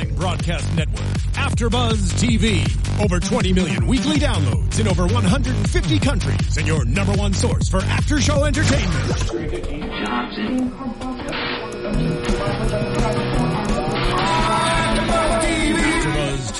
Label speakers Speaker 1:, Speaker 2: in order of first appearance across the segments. Speaker 1: Podcast Network, AfterBuzz TV. Over 20 million weekly downloads in over 150 countries and your number one source for after-show entertainment. AfterBuzz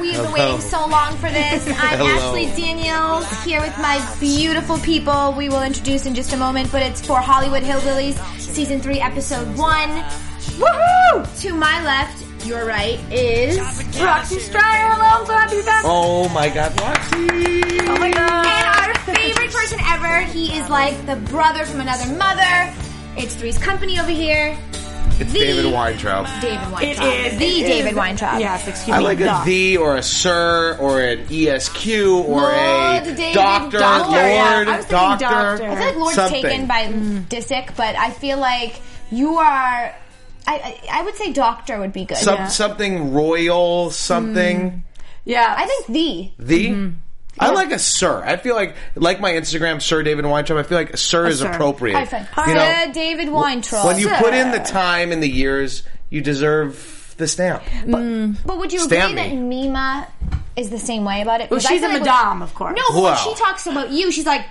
Speaker 2: We've been
Speaker 3: Hello.
Speaker 2: waiting so long for this. I'm
Speaker 3: Hello.
Speaker 2: Ashley Daniels here with my beautiful people. We will introduce in just a moment, but it's for Hollywood Hillbillies, season three, episode one. Woohoo! To my left, your right is Roxy Stryer. Hello, I'm glad to be back.
Speaker 3: Oh my god, Roxy!
Speaker 2: Oh my god! And our favorite person ever. He is like the brother from another mother. It's Three's Company over here.
Speaker 3: It's
Speaker 2: The-
Speaker 3: David Weintraub.
Speaker 2: David
Speaker 4: It
Speaker 2: Weintraub.
Speaker 4: is
Speaker 2: the
Speaker 4: it
Speaker 2: David
Speaker 4: is.
Speaker 2: Weintraub.
Speaker 4: Yes, excuse
Speaker 3: I
Speaker 4: me.
Speaker 3: like a the or a sir or an ESQ or
Speaker 2: Lord,
Speaker 3: a
Speaker 2: David,
Speaker 3: doctor,
Speaker 2: doctor, yeah.
Speaker 3: lord,
Speaker 2: I was thinking
Speaker 3: doctor.
Speaker 4: doctor.
Speaker 2: I feel like Lord's
Speaker 3: something.
Speaker 2: taken by Disick, but I feel like you are. I, I, I would say doctor would be good.
Speaker 3: Some, something royal,
Speaker 2: Mm.
Speaker 3: something
Speaker 4: Yeah,
Speaker 2: I think the.
Speaker 3: the. I like a sir. I feel like like my Instagram, Sir David Weintraub. I feel like sir is
Speaker 4: sir.
Speaker 3: appropriate.
Speaker 2: I said
Speaker 3: You
Speaker 2: Sir
Speaker 3: know,
Speaker 2: David Weintraub.
Speaker 3: when you
Speaker 2: Sir.
Speaker 3: put in the time and the years, you deserve the stamp.
Speaker 2: but would you agree
Speaker 3: Stamp
Speaker 2: that
Speaker 3: me.
Speaker 2: Mima is the same way about it?
Speaker 4: Well,
Speaker 2: Because I
Speaker 4: she's
Speaker 2: feel
Speaker 4: a
Speaker 2: like
Speaker 4: madame,
Speaker 2: when-
Speaker 4: of course.
Speaker 2: No, but when
Speaker 3: Well.
Speaker 2: she talks about you, she's like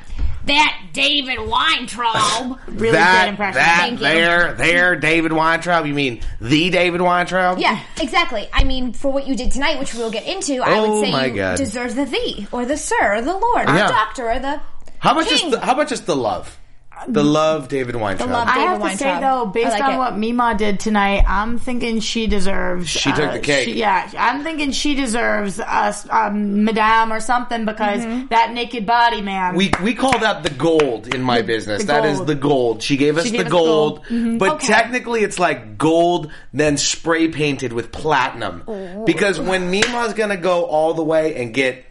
Speaker 2: that David Weintraub.
Speaker 4: really
Speaker 3: that
Speaker 4: good impression.
Speaker 3: that
Speaker 2: Thank you.
Speaker 3: there there David Weintraub. You mean the David Weintraub?
Speaker 2: yeah, exactly. I mean, for what you did tonight, which we'll get into, I
Speaker 3: Oh
Speaker 2: would say
Speaker 3: my
Speaker 2: you
Speaker 3: God.
Speaker 2: deserve the the or the sir or the lord or
Speaker 3: Yeah.
Speaker 2: the doctor or the.
Speaker 3: How about
Speaker 2: King.
Speaker 3: just the, how about just the love? The love David Weintraub.
Speaker 2: love.
Speaker 4: I have
Speaker 2: David
Speaker 4: to say
Speaker 2: Weintraub.
Speaker 4: though, based
Speaker 2: I like
Speaker 4: on
Speaker 2: it.
Speaker 4: what Mima did tonight, I'm thinking she deserves. uh,
Speaker 3: She took the cake.
Speaker 4: she- yeah, I'm thinking she deserves us, um, Madame or something, because
Speaker 2: Mm-hmm.
Speaker 4: that naked body, man.
Speaker 3: we we call that the gold in my business.
Speaker 4: the
Speaker 3: That is
Speaker 4: gold.
Speaker 3: the gold. She gave us
Speaker 4: She
Speaker 3: the
Speaker 4: gave us
Speaker 3: gold,
Speaker 4: gold.
Speaker 2: Mm-hmm.
Speaker 4: Mhm.
Speaker 3: but
Speaker 4: Okay.
Speaker 3: technically it's like gold then spray painted with platinum.
Speaker 2: Oh.
Speaker 3: Because when Mima's gonna go all the way and get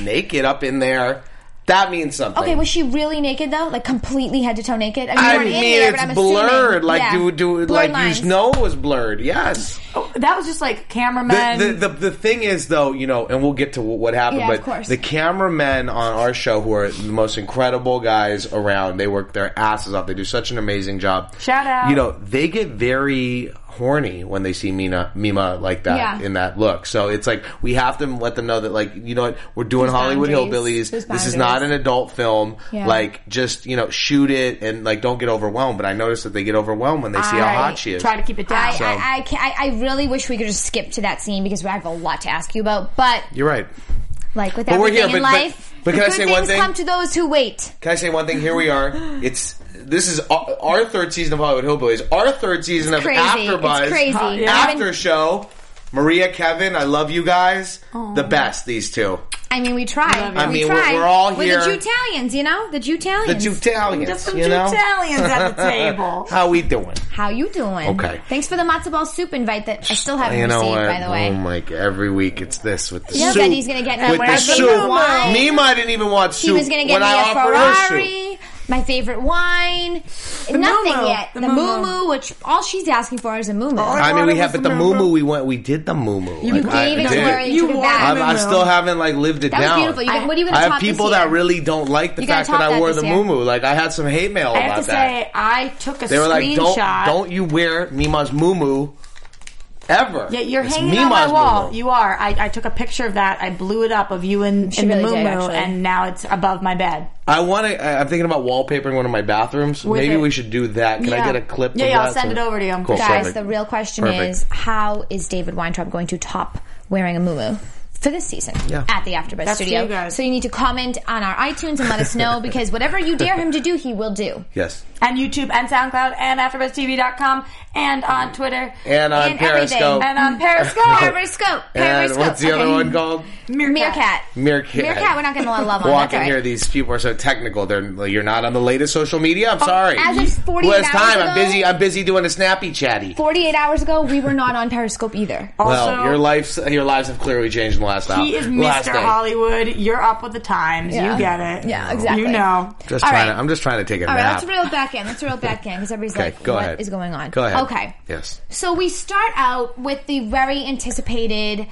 Speaker 3: naked up in there, that means something.
Speaker 2: Okay, was she really naked though? Like completely head to toe naked? I mean, you
Speaker 3: I
Speaker 2: weren't
Speaker 3: mean,
Speaker 2: in there, but
Speaker 3: it's
Speaker 2: I'm assuming-
Speaker 3: blurred. Like
Speaker 2: yeah.
Speaker 3: you do,
Speaker 2: Blurred
Speaker 3: like
Speaker 2: lines.
Speaker 3: you know, it was blurred. Yes.
Speaker 4: Oh, that was just like cameraman.
Speaker 3: the, the, the, the thing is though you know and we'll get to what happened
Speaker 2: Yeah, of
Speaker 3: but
Speaker 2: course.
Speaker 3: the cameramen on our show who are the most incredible guys around they work their asses off they do such an amazing job
Speaker 4: Shout out.
Speaker 3: you know they get very horny when they see Mina, Mima like that
Speaker 2: Yeah.
Speaker 3: in that look so it's like we have to let them know that like you know what we're doing Hollywood
Speaker 2: boundaries.
Speaker 3: Hillbillies
Speaker 2: There's
Speaker 3: this is not an
Speaker 2: boundaries.
Speaker 3: adult film
Speaker 2: Yeah.
Speaker 3: like just you know shoot it and like don't get overwhelmed but I notice that they get overwhelmed when they see
Speaker 4: Alright,
Speaker 3: how hot she is
Speaker 4: Try to keep it down.
Speaker 2: I,
Speaker 3: So-
Speaker 2: I, I, can, I, I really wish we could just skip to that scene because I have a lot to ask you about. But
Speaker 3: you're right
Speaker 2: like with
Speaker 3: we're
Speaker 2: everything
Speaker 3: here,
Speaker 2: in
Speaker 3: but- but-
Speaker 2: life,
Speaker 3: but can I
Speaker 2: good
Speaker 3: say
Speaker 2: things
Speaker 3: one thing?
Speaker 2: come to those who wait.
Speaker 3: Can I say one thing? Here we are. It's this is our, our third season of Hollywood Hillbillies. Our third season of
Speaker 2: crazy.
Speaker 3: AfterBuzz.
Speaker 2: It's crazy.
Speaker 4: Huh, yeah.
Speaker 2: I've
Speaker 3: After
Speaker 2: been-
Speaker 3: show. Maria, Kevin, I love you guys. The best, these two.
Speaker 2: I mean, we tried.
Speaker 3: I
Speaker 2: we
Speaker 3: mean, we're-
Speaker 2: tried.
Speaker 3: we're all
Speaker 2: We're the
Speaker 3: here.
Speaker 2: Italians, you know, the
Speaker 3: The
Speaker 2: Italians.
Speaker 3: two Italians.
Speaker 4: Just some
Speaker 3: you know?
Speaker 4: Italians at the table.
Speaker 3: How we doing?
Speaker 2: How you doing?
Speaker 3: Okay.
Speaker 2: Thanks for the matzo ball soup invite that I still haven't
Speaker 3: you know
Speaker 2: received,
Speaker 3: what?
Speaker 2: by the way.
Speaker 3: Oh my! Every week it's this with the
Speaker 2: You know
Speaker 3: soup.
Speaker 2: Betty's gonna get in a
Speaker 3: with the
Speaker 2: Lamborghini.
Speaker 3: soup.
Speaker 2: Why?
Speaker 3: Mima didn't even want
Speaker 2: She
Speaker 3: soup.
Speaker 2: was going to get
Speaker 3: when
Speaker 2: me
Speaker 3: I
Speaker 2: a
Speaker 3: offered her soup.
Speaker 2: Ferrari, my favorite wine, nothing
Speaker 4: moo-moo.
Speaker 2: yet. The
Speaker 4: The
Speaker 2: moo
Speaker 4: moo-moo. Oh,
Speaker 2: moo, which all she's asking for is a moo moo.
Speaker 3: I mean,
Speaker 4: wanted
Speaker 3: we have
Speaker 4: was
Speaker 3: at the
Speaker 4: the
Speaker 3: moo moo.
Speaker 4: moo-moo.
Speaker 3: We went. We did the moo moo.
Speaker 2: You gave it
Speaker 4: I
Speaker 2: to
Speaker 4: did.
Speaker 2: her and
Speaker 4: You
Speaker 2: took it
Speaker 4: wore
Speaker 2: back.
Speaker 4: it.
Speaker 3: I, I still haven't like lived it
Speaker 2: That was
Speaker 3: down.
Speaker 2: beautiful. You
Speaker 4: I-
Speaker 2: got- what are you going
Speaker 3: I
Speaker 2: to top
Speaker 3: have people
Speaker 2: this year?
Speaker 3: that really don't like the
Speaker 2: You gotta
Speaker 3: fact that
Speaker 2: top
Speaker 3: I
Speaker 2: that
Speaker 3: wore
Speaker 2: this
Speaker 3: the
Speaker 2: year.
Speaker 3: moo moo. Like I had some hate mail
Speaker 4: I
Speaker 3: about
Speaker 4: have to
Speaker 3: that.
Speaker 4: say, I took a
Speaker 3: they were like,
Speaker 4: screenshot.
Speaker 3: "Don't don't you wear Mima's moo moo ever."
Speaker 4: Yeah, you're
Speaker 3: It's
Speaker 4: hanging on my
Speaker 3: Mima's
Speaker 4: wall.
Speaker 3: moo-moo.
Speaker 4: You are. I, I took a picture of that. I blew it up of you and,
Speaker 2: She
Speaker 4: and
Speaker 2: really
Speaker 4: the
Speaker 2: did,
Speaker 4: moo
Speaker 2: actually.
Speaker 4: and now it's above my bed.
Speaker 3: I want to. I'm thinking about wallpapering one of my bathrooms.
Speaker 4: With
Speaker 3: Maybe
Speaker 4: it.
Speaker 3: we should do that. Can I
Speaker 4: Yeah.
Speaker 3: get a clip?
Speaker 4: Yeah,
Speaker 3: of
Speaker 4: yeah, I'll
Speaker 3: that?
Speaker 4: send
Speaker 3: So-
Speaker 4: it over to you.
Speaker 3: Cool,
Speaker 2: Guys,
Speaker 3: perfect.
Speaker 2: the real question
Speaker 3: Perfect.
Speaker 2: is how is David Weintraub going to top wearing a moo moo? For this season
Speaker 3: Yeah.
Speaker 2: at the AfterBuzz
Speaker 4: That's
Speaker 2: studio,
Speaker 4: you guys.
Speaker 2: so you need to comment on our iTunes and let us know because whatever you dare him to do, he will do.
Speaker 3: Yes.
Speaker 4: And YouTube and SoundCloud and AfterBuzzTV.com and on Twitter
Speaker 3: Mm. And on
Speaker 2: And everything.
Speaker 3: Periscope.
Speaker 4: and on Periscope.
Speaker 2: Periscope,
Speaker 3: And
Speaker 2: Periscope.
Speaker 3: what's the
Speaker 2: okay.
Speaker 3: other one called?
Speaker 2: Meerkat.
Speaker 3: Meerkat. Oh,
Speaker 2: Meerkat. We're not getting a lot of love on.
Speaker 3: Walk
Speaker 2: That's all
Speaker 3: in
Speaker 2: right.
Speaker 3: here, these people are so technical. They're you're not on the latest social media. I'm sorry.
Speaker 2: Oh, as of 48
Speaker 3: Who has time?
Speaker 2: hours
Speaker 3: I'm
Speaker 2: ago-
Speaker 3: busy. I'm busy doing a snappy chatty.
Speaker 2: 48 hours ago, we were not on Periscope either.
Speaker 3: well,
Speaker 4: Also-
Speaker 3: your lives your lives have clearly changed in the last hour.
Speaker 4: He is
Speaker 3: last
Speaker 4: Mr.
Speaker 3: night.
Speaker 4: Hollywood. You're up with the times.
Speaker 2: Yeah.
Speaker 4: You get it.
Speaker 2: Yeah, exactly.
Speaker 4: You know.
Speaker 3: Just
Speaker 2: All
Speaker 3: trying
Speaker 2: right.
Speaker 3: to, I'm just trying to take a
Speaker 2: All right,
Speaker 3: nap.
Speaker 2: let's reel it back in. Let's reel it back in because everybody's
Speaker 3: okay,
Speaker 2: like,
Speaker 3: go
Speaker 2: "What
Speaker 3: ahead.
Speaker 2: is going on?"
Speaker 3: Go ahead.
Speaker 2: Okay.
Speaker 3: Yes.
Speaker 2: So we start out with the very anticipated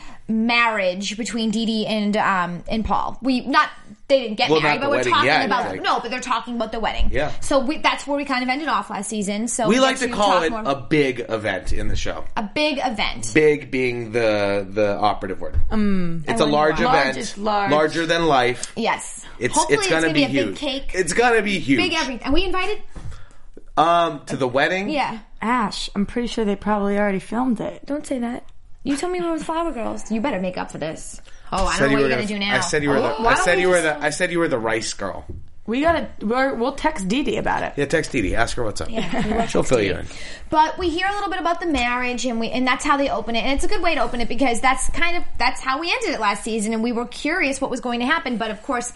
Speaker 2: marriage between Dee Dee and um, and Paul. We not they didn't get
Speaker 3: Well,
Speaker 2: married,
Speaker 3: not the
Speaker 2: but we're
Speaker 3: wedding
Speaker 2: talking
Speaker 3: yet,
Speaker 2: about
Speaker 3: like-
Speaker 2: no, but they're talking about the wedding.
Speaker 3: Yeah.
Speaker 2: So we, that's where we kind of ended off last season. So
Speaker 3: We
Speaker 2: we'll
Speaker 3: like to
Speaker 2: actually
Speaker 3: call
Speaker 2: talk
Speaker 3: it
Speaker 2: more-
Speaker 3: a big event in the show.
Speaker 2: a big event.
Speaker 3: Big being the the operative word.
Speaker 2: Mm.
Speaker 3: it's a
Speaker 2: Oh,
Speaker 3: large
Speaker 4: large
Speaker 3: event,
Speaker 4: is large.
Speaker 3: larger than life.
Speaker 2: yes.
Speaker 3: It's
Speaker 2: Hopefully
Speaker 3: it's gonna,
Speaker 2: gonna
Speaker 3: be,
Speaker 2: a
Speaker 3: huge.
Speaker 2: big cake.
Speaker 3: It's gonna be huge.
Speaker 2: big everything. Are we invited?
Speaker 3: um to the wedding.
Speaker 2: Yeah.
Speaker 4: Ash, I'm pretty sure they probably already filmed it.
Speaker 2: Don't say that. You told me we were with Flower Girls. You better make up for this. Oh, I
Speaker 3: Said
Speaker 2: don't know what
Speaker 3: you were
Speaker 2: you're gonna
Speaker 3: the-
Speaker 2: do now.
Speaker 3: I said you were the
Speaker 2: Oh, why
Speaker 3: I
Speaker 2: don't
Speaker 3: said
Speaker 2: we
Speaker 3: you were
Speaker 2: just-
Speaker 3: the I said you were the rice girl.
Speaker 4: We gotta. We're, we'll text Dee Dee about it.
Speaker 3: Yeah, text Dee Dee. Ask her what's up. She'll fill you in.
Speaker 2: But we hear a little bit about the marriage, and we and that's how they open it, and it's a good way to open it because that's kind of that's how we ended it last season, and we were curious what was going to happen. But of course,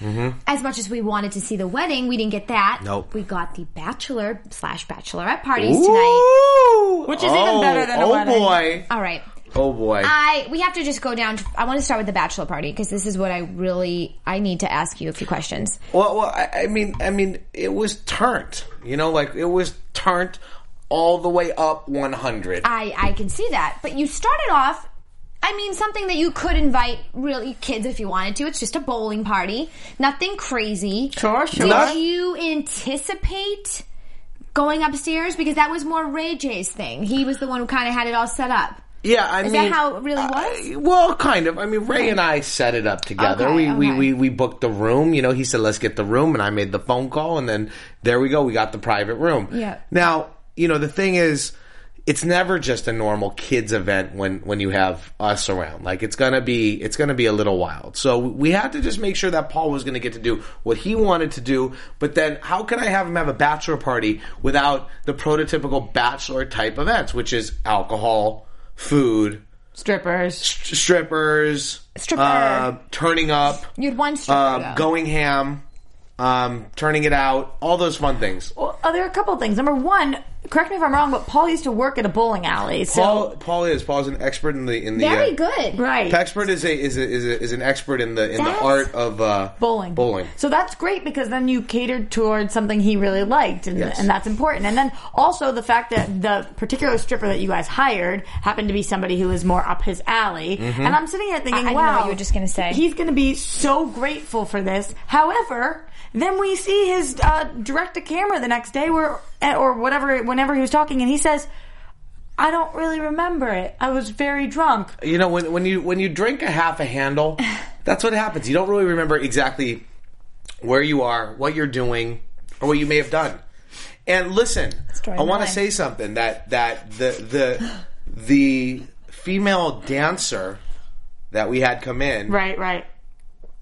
Speaker 2: as much as we wanted to see the wedding, we didn't get that.
Speaker 3: Mm-hmm. Nope.
Speaker 2: we got the bachelor slash bachelorette parties tonight.
Speaker 4: Which is even better than a
Speaker 3: oh
Speaker 4: wedding.
Speaker 3: boy.
Speaker 2: All right,
Speaker 3: Oh boy.
Speaker 2: I we have to just go down. To, I want to start with the bachelor party because this is what I really I need to ask you a few questions.
Speaker 3: Well, well, I, I mean, I mean, it was turned. You know, like it was turned all the way up 100.
Speaker 2: I, I can see that. But you started off, I mean, something that you could invite really kids if you wanted to. It's just a bowling party. Nothing crazy.
Speaker 4: Sure, sure.
Speaker 2: Did
Speaker 3: Not-
Speaker 2: you anticipate going upstairs? Because that was more Ray J's thing. He was the one who kind of had it all set up.
Speaker 3: yeah, I
Speaker 2: Is
Speaker 3: mean,
Speaker 2: that how it really was?
Speaker 3: I- well, kind of. I mean, Ray and I set it up together.
Speaker 2: Okay,
Speaker 3: we, we
Speaker 2: okay.
Speaker 3: we we booked the room. You know, he said let's get the room, and I made the phone call, and then there we go. We got the private room.
Speaker 2: Yeah.
Speaker 3: Now, you know, the thing is. It's never just a normal kids event when, when you have us around. Like it's gonna be it's gonna be a little wild. So we had to just make sure that Paul was gonna get to do what he wanted to do. But then how can I have him have a bachelor party without the prototypical bachelor type events, which is alcohol, food,
Speaker 4: Strippers.
Speaker 3: st- strippers,
Speaker 2: Stripper.
Speaker 3: uh, turning up,
Speaker 2: You'd one stripper,
Speaker 3: um,
Speaker 2: though.
Speaker 3: going ham, um, turning it out, all those fun things.
Speaker 4: Well, oh, there are a couple of things. Number one, correct me if I'm wrong, but Paul used to work at a bowling alley. So
Speaker 3: Paul, Paul is Paul's an expert in the in the
Speaker 2: Very
Speaker 3: uh,
Speaker 2: good.
Speaker 4: right.
Speaker 3: Expert is a is a, is, a, is an expert in the in
Speaker 2: That's-
Speaker 3: the art of uh,
Speaker 4: bowling.
Speaker 3: Bowling.
Speaker 4: So that's great because then you catered towards something he really liked, and,
Speaker 3: Yes.
Speaker 4: and that's important. And then also the fact that the particular stripper that you guys hired happened to be somebody who was more up his alley.
Speaker 3: Mm-hmm.
Speaker 4: And I'm sitting here thinking,
Speaker 2: I- I know
Speaker 4: wow,
Speaker 2: what you were just gonna say.
Speaker 4: he's going to be so grateful for this. However. Then we see his uh, direct to camera the next day, where eh, or whatever, whenever he was talking, and he says, "I don't really remember it. I was very drunk."
Speaker 3: You know when when you when you drink a half a handle, that's what happens. You don't really remember exactly where you are, what you're doing, or what you may have done. And listen,
Speaker 2: Story
Speaker 3: I
Speaker 2: of
Speaker 3: want
Speaker 2: my
Speaker 3: to
Speaker 2: life.
Speaker 3: say something that that the the the female dancer that we had come in
Speaker 4: Right, right.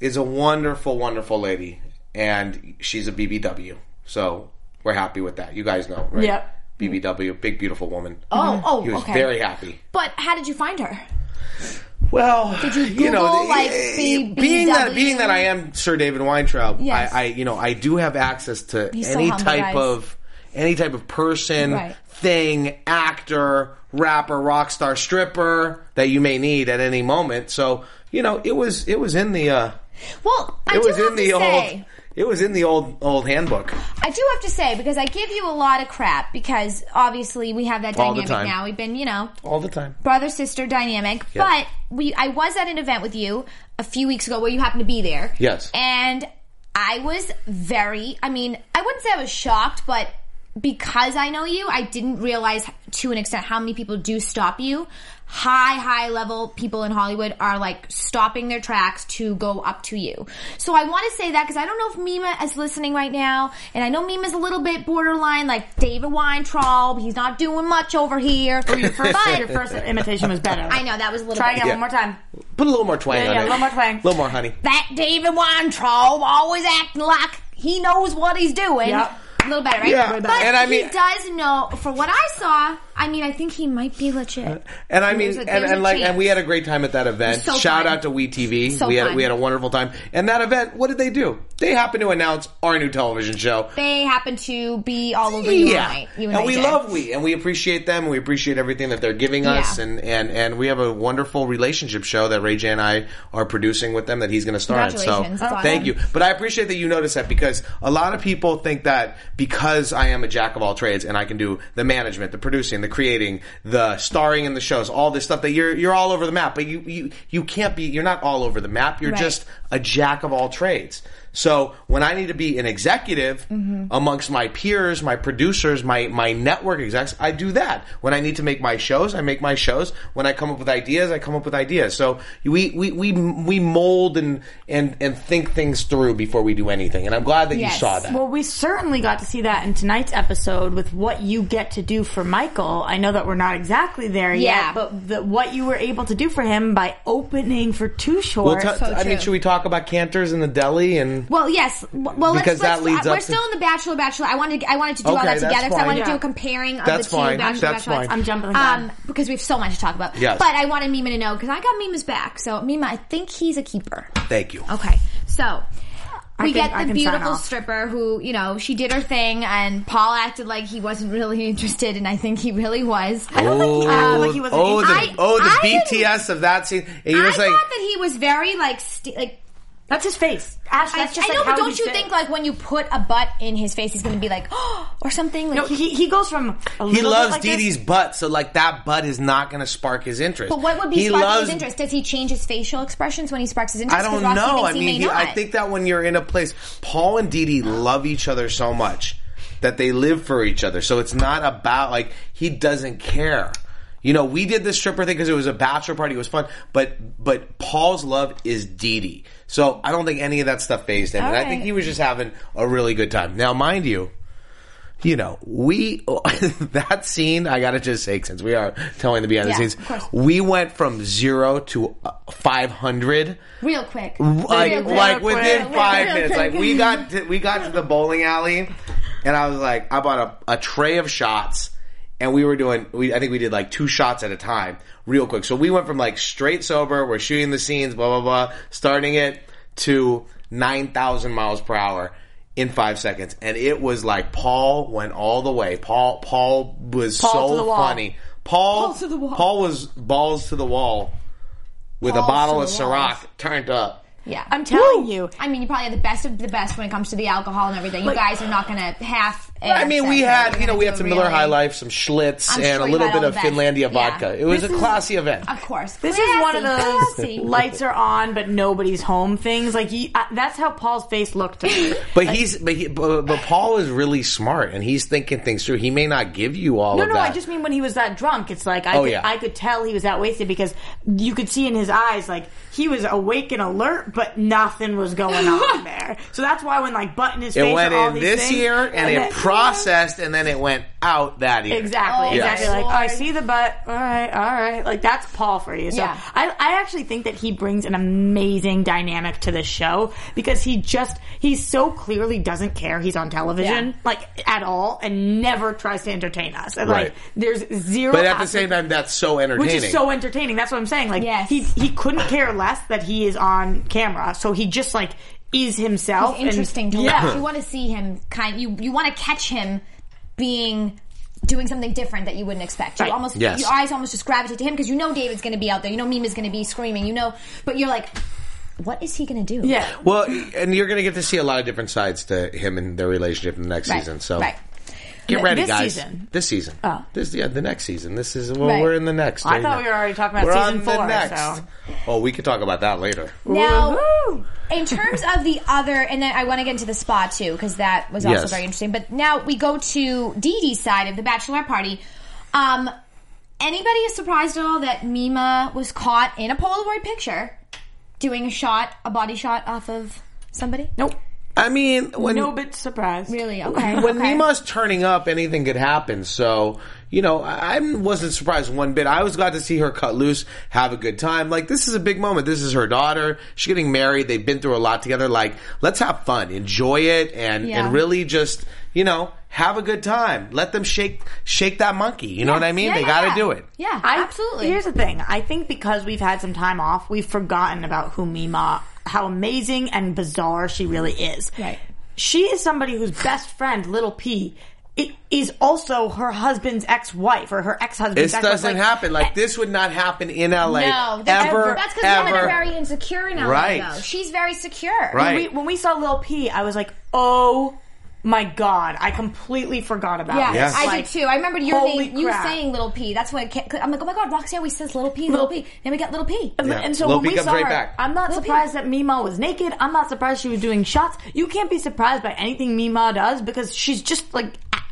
Speaker 3: is a wonderful, wonderful lady, and she's a BBW. So we're happy with that. You guys know, right?
Speaker 4: Yep.
Speaker 3: BBW, big beautiful woman.
Speaker 2: Oh, oh,
Speaker 3: he was
Speaker 2: okay.
Speaker 3: very happy.
Speaker 2: But how did you find her?
Speaker 3: Well,
Speaker 2: you Google, like,
Speaker 3: eh,
Speaker 2: BBW?
Speaker 3: being that being that I am Sir David Weintraub,
Speaker 2: Yes.
Speaker 3: I, I you know I do have access to
Speaker 2: He's so
Speaker 3: any
Speaker 2: humble,
Speaker 3: type
Speaker 2: guys.
Speaker 3: of any type of person,
Speaker 2: Right.
Speaker 3: thing, actor, rapper, rock star, stripper that you may need at any moment. So you know it was it was in the uh,
Speaker 2: Well, I
Speaker 3: it
Speaker 2: do
Speaker 3: was
Speaker 2: have
Speaker 3: in the
Speaker 2: to say,
Speaker 3: old it was in the old old handbook.
Speaker 2: I do have to say because I give you a lot of crap because obviously we have that
Speaker 3: All the
Speaker 2: dynamic
Speaker 3: time.
Speaker 2: now. We've been, you know,
Speaker 3: all the time.
Speaker 2: brother sister dynamic.
Speaker 3: Yeah.
Speaker 2: But we, I was at an event with you a few weeks ago where you happened to be there.
Speaker 3: Yes.
Speaker 2: and I was very. I mean, I wouldn't say I was shocked, but because I know you, I didn't realize to an extent how many people do stop you. High, high level people in Hollywood are like stopping their tracks to go up to you. So I want to say that because I don't know if Mima is listening right now, and I know Mima's a little bit borderline, like David Weintraub. He's not doing much over here.
Speaker 4: Your first,
Speaker 2: But-
Speaker 4: your first imitation was better.
Speaker 2: I know that was a little.
Speaker 4: Try
Speaker 2: bit.
Speaker 4: again
Speaker 3: Yeah.
Speaker 4: one more time.
Speaker 3: Put a little more twang on
Speaker 4: Yeah, yeah,
Speaker 3: it.
Speaker 4: a little more twang.
Speaker 3: A little more honey.
Speaker 2: That David Weintraub always acting like he knows what he's doing.
Speaker 4: Yep.
Speaker 2: A little better, right?
Speaker 3: Yeah,
Speaker 2: But
Speaker 3: and I mean-
Speaker 2: he does know. For what I saw, I mean, I think he might be
Speaker 3: Uh,
Speaker 2: legit.
Speaker 3: And I mean,
Speaker 2: There's a-
Speaker 3: and,
Speaker 2: there's
Speaker 3: and
Speaker 2: a
Speaker 3: like,
Speaker 2: chance.
Speaker 3: and we had a great time at that event.
Speaker 2: So
Speaker 3: Shout
Speaker 2: fun.
Speaker 3: out to WeTV.
Speaker 2: So
Speaker 3: we had
Speaker 2: fun.
Speaker 3: we had a wonderful time. And that event, what did they do? They happened to announce our new television show.
Speaker 2: They happen to be all over you and I. You and, I
Speaker 3: we
Speaker 2: did.
Speaker 3: love we and we appreciate them. We appreciate everything that they're giving us,
Speaker 2: Yeah.
Speaker 3: and and and we have a wonderful relationship show that Ray J and I are producing with them that he's going to star in. So
Speaker 2: Congratulations. That's
Speaker 3: thank
Speaker 2: awesome.
Speaker 3: you. But I appreciate that you noticed that because a lot of people think that because I am a jack of all trades and I can do the management, the producing, the creating, the starring in the shows, all this stuff that you're you're all over the map. But you you you can't be. You're not all over the map. You're
Speaker 2: Right.
Speaker 3: just a jack of all trades. So when I need to be an executive
Speaker 4: Mm-hmm.
Speaker 3: amongst my peers, my producers, my my network execs, I do that. When I need to make my shows, I make my shows. When I come up with ideas, I come up with ideas. So we we we, we mold and and and think things through before we do anything. And I'm glad that you
Speaker 2: Yes.
Speaker 3: saw that.
Speaker 4: Well, we certainly got to see that in tonight's episode with what you get to do for Michael. I know that we're not exactly there
Speaker 2: Yeah.
Speaker 4: yet, but the, what you were able to do for him by opening for Too
Speaker 3: Well,
Speaker 4: Short.
Speaker 3: t-
Speaker 2: so
Speaker 3: I mean,
Speaker 2: true.
Speaker 3: should we talk about Cantors in the deli and
Speaker 2: Well, yes. Well, let's,
Speaker 3: Because
Speaker 2: let's, uh,
Speaker 3: that leads
Speaker 2: we're
Speaker 3: up to-
Speaker 2: still in the Bachelor Bachelor. I wanted I wanted to do all
Speaker 3: Okay,
Speaker 2: that
Speaker 3: that's
Speaker 2: together because I
Speaker 3: fine.
Speaker 2: wanted to
Speaker 4: Yeah.
Speaker 2: do a comparing of
Speaker 3: That's
Speaker 2: the two
Speaker 3: fine.
Speaker 2: Bachelor
Speaker 3: That's
Speaker 2: Bachelorettes.
Speaker 3: fine.
Speaker 4: I'm jumping the
Speaker 2: Um,
Speaker 4: gun.
Speaker 2: because we have so much to talk about.
Speaker 3: Yes.
Speaker 2: But I wanted Mima to know because I got Mima's back. So Mima, I think he's a keeper.
Speaker 3: thank you.
Speaker 2: Okay. So we
Speaker 4: can-
Speaker 2: get
Speaker 4: I
Speaker 2: the
Speaker 4: can sign
Speaker 2: beautiful
Speaker 4: off.
Speaker 2: stripper who, you know, she did her thing and Paul acted like he wasn't really interested and I think he really was.
Speaker 4: I don't think he acted like he was an
Speaker 3: oh, the,
Speaker 4: idiot.
Speaker 2: I-
Speaker 3: oh, the
Speaker 2: I
Speaker 3: BTS of that scene. And
Speaker 2: I
Speaker 3: you're just Oh, like,
Speaker 2: thought that he was very like st- like
Speaker 4: That's his face. Ash,
Speaker 2: I,
Speaker 4: that's
Speaker 2: I
Speaker 4: just like
Speaker 2: know, but
Speaker 4: how
Speaker 2: don't
Speaker 4: he
Speaker 2: you
Speaker 4: sits.
Speaker 2: think like when you put a butt in his face, he's going to be like, oh, or something? Like,
Speaker 4: No, he, he goes from a
Speaker 3: He
Speaker 4: little
Speaker 3: loves
Speaker 4: bit like
Speaker 3: Dee
Speaker 4: this-
Speaker 3: Dee's butt, so like that butt is not going to spark his interest.
Speaker 2: but what would be
Speaker 3: He
Speaker 2: sparking
Speaker 3: loves-
Speaker 2: his interest? Does he change his facial expressions when he sparks his interest?
Speaker 3: I
Speaker 2: 'Cause
Speaker 3: don't
Speaker 2: Roxy
Speaker 3: know.
Speaker 2: thinks
Speaker 3: I
Speaker 2: he
Speaker 3: mean,
Speaker 2: may
Speaker 3: he, I
Speaker 2: not.
Speaker 3: think that when you're in a place, Paul and Dee Dee love each other so much that they live for each other. So it's not about like he doesn't care. You know, we did this stripper thing because it was a bachelor party. It was fun, but but Paul's love is Dee Dee. So I don't think any of that stuff phased him, and I
Speaker 4: All
Speaker 3: think
Speaker 4: right.
Speaker 3: he was just having a really good time. Now, mind you, you know, we that scene. I gotta just say, since we are telling the behind
Speaker 2: Yeah,
Speaker 3: the scenes,
Speaker 2: of course.
Speaker 3: we went from zero to uh, five hundred
Speaker 2: real quick,
Speaker 3: like like
Speaker 4: quick.
Speaker 3: within
Speaker 4: Real
Speaker 3: five
Speaker 2: quick.
Speaker 3: minutes. Like we got to, we got to the bowling alley, and I was like, I bought a, a tray of shots, and we were doing. We I think we did like two shots at a time, real quick. So we went from like straight sober, we're shooting the scenes, blah blah blah, starting it to nine thousand miles per hour. In five seconds, and it was like Paul went all the way. Paul Paul was
Speaker 4: Paul to the
Speaker 3: so
Speaker 4: wall.
Speaker 3: funny. Paul
Speaker 4: Balls to the wall.
Speaker 3: Paul was balls to the wall with
Speaker 2: Balls
Speaker 3: a bottle
Speaker 2: to
Speaker 3: of
Speaker 2: the wall.
Speaker 3: Ciroc turned up.
Speaker 2: yeah.
Speaker 4: I'm telling you.
Speaker 2: I mean, you probably had the best of the best when it comes to the alcohol and everything. You
Speaker 4: Like-
Speaker 2: guys are not going to half.
Speaker 3: I mean, we had you know we had some Miller High Life, some Schlitz,
Speaker 2: I'm
Speaker 3: and
Speaker 2: sure
Speaker 3: a
Speaker 2: you
Speaker 3: little
Speaker 2: had all
Speaker 3: bit of
Speaker 2: that. Yeah.
Speaker 3: Finlandia vodka. It was
Speaker 4: This
Speaker 3: a
Speaker 4: is-
Speaker 3: classy event.
Speaker 2: Of course,
Speaker 4: This is one of
Speaker 2: Classy,
Speaker 4: those
Speaker 2: classy.
Speaker 4: lights are on, but nobody's home things. Like you, uh, that's how Paul's face looked to me.
Speaker 3: But he's but, he, but but Paul is really smart, and he's thinking things through. He may not give you all
Speaker 4: No,
Speaker 3: of
Speaker 4: no,
Speaker 3: that.
Speaker 4: I just mean when he was that drunk, it's like I,
Speaker 3: Oh,
Speaker 4: could,
Speaker 3: yeah.
Speaker 4: I could tell he was that wasted because you could see in his eyes, like he was awake and alert, but nothing was going on there. So that's why when like button his
Speaker 3: it
Speaker 4: face,
Speaker 3: went
Speaker 4: and all
Speaker 3: in
Speaker 4: these
Speaker 3: this
Speaker 4: things,
Speaker 3: year, and it
Speaker 4: then-
Speaker 3: processed, and then it went out that year.
Speaker 4: Exactly,
Speaker 2: Oh,
Speaker 4: exactly.
Speaker 2: my
Speaker 4: Like, oh, I
Speaker 2: Lord.
Speaker 4: see the butt. All right, all right. Like that's Paul for you. So
Speaker 2: Yeah.
Speaker 4: I, I actually think that he brings an amazing dynamic to the show because he just he so clearly doesn't care he's on television
Speaker 2: Yeah.
Speaker 4: like at all and never tries to entertain us. And,
Speaker 3: Right.
Speaker 4: Like there's zero.
Speaker 3: But at the
Speaker 4: aspect-
Speaker 3: same time, that's so
Speaker 4: which
Speaker 3: entertaining.
Speaker 4: is so entertaining. That's what I'm saying. Like
Speaker 2: Yes.
Speaker 4: he he couldn't care less that he is on camera, so he just like is himself.
Speaker 2: It's interesting
Speaker 4: and,
Speaker 2: to
Speaker 4: yeah.
Speaker 2: watch. You want to see him kind. You you want to catch him being doing something different that you wouldn't expect.
Speaker 4: Right.
Speaker 2: You almost
Speaker 3: Yes.
Speaker 2: your eyes almost just gravitate to him because you know David's going to be out there. You know Mima's going to be screaming. You know, but you're like, what is he going to do?
Speaker 4: Yeah.
Speaker 3: well, and you're going to get to see a lot of different sides to him and their relationship in the next
Speaker 2: Right.
Speaker 3: season. So
Speaker 2: right.
Speaker 3: get ready,
Speaker 4: this
Speaker 3: guys.
Speaker 4: season.
Speaker 3: This season.
Speaker 4: Oh.
Speaker 3: This yeah, the next season. This is well,
Speaker 2: Right.
Speaker 3: we're in the next.
Speaker 4: I
Speaker 3: There you
Speaker 4: thought
Speaker 3: go.
Speaker 4: we were already talking about
Speaker 3: We're
Speaker 4: season
Speaker 3: on the
Speaker 4: four,
Speaker 3: next.
Speaker 4: so.
Speaker 3: Oh, we could talk about that later.
Speaker 2: Now,
Speaker 4: Woohoo!
Speaker 2: in terms of the other, and then I want to get into the spa too because that was also
Speaker 3: Yes.
Speaker 2: very interesting. But now we go to Dee Dee's side of the bachelorette party. Um, anybody is surprised at all that Mima was caught in a Polaroid picture doing a shot, a body shot off of somebody?
Speaker 4: Nope.
Speaker 3: I mean, when
Speaker 4: no bit surprised.
Speaker 2: Really? Okay.
Speaker 3: when
Speaker 2: okay.
Speaker 3: Mima's turning up, anything could happen. So you know, I, I wasn't surprised one bit. I was glad to see her cut loose, have a good time. Like this is a big moment. This is her daughter. She's getting married. They've been through a lot together. Like let's have fun, enjoy it, and
Speaker 2: Yeah.
Speaker 3: and really just you know have a good time. Let them shake shake that monkey. You know what I mean?
Speaker 2: Yeah,
Speaker 3: they
Speaker 2: yeah,
Speaker 3: got to
Speaker 2: yeah.
Speaker 3: do it.
Speaker 2: Yeah,
Speaker 4: I-
Speaker 2: absolutely.
Speaker 4: Here's the thing. I think because we've had some time off, we've forgotten about who Mima, how amazing and bizarre she really is.
Speaker 2: Right.
Speaker 4: She is somebody whose best friend, Little P, i- is also her husband's ex-wife or her ex-husband's
Speaker 3: This
Speaker 4: ex-wife. eh,
Speaker 3: doesn't happen. Like this would not happen in LA
Speaker 2: eh. no, that's
Speaker 3: ever.
Speaker 2: that's because
Speaker 3: ever.
Speaker 2: women are very insecure now.
Speaker 3: Right.
Speaker 2: Though she's very secure.
Speaker 3: Right.
Speaker 4: we, when we saw Lil P, I was like, oh my god, I completely forgot about
Speaker 2: Yeah,
Speaker 4: this.
Speaker 3: Yes.
Speaker 2: I
Speaker 4: Like,
Speaker 2: did too. I remembered your
Speaker 4: holy
Speaker 2: name, you
Speaker 4: crap.
Speaker 2: saying little P. That's why I can't, I'm like, oh my god, Roxy always says little P, little P. Then we got little P.
Speaker 3: Yeah.
Speaker 4: And so
Speaker 3: Lil
Speaker 4: when
Speaker 3: P
Speaker 4: we
Speaker 3: comes
Speaker 4: saw
Speaker 3: right
Speaker 4: her,
Speaker 3: back.
Speaker 4: I'm not
Speaker 2: Lil P.
Speaker 4: surprised that Mima was naked. I'm not surprised she was doing shots. You can't be surprised by anything Mima does because she's just like ah,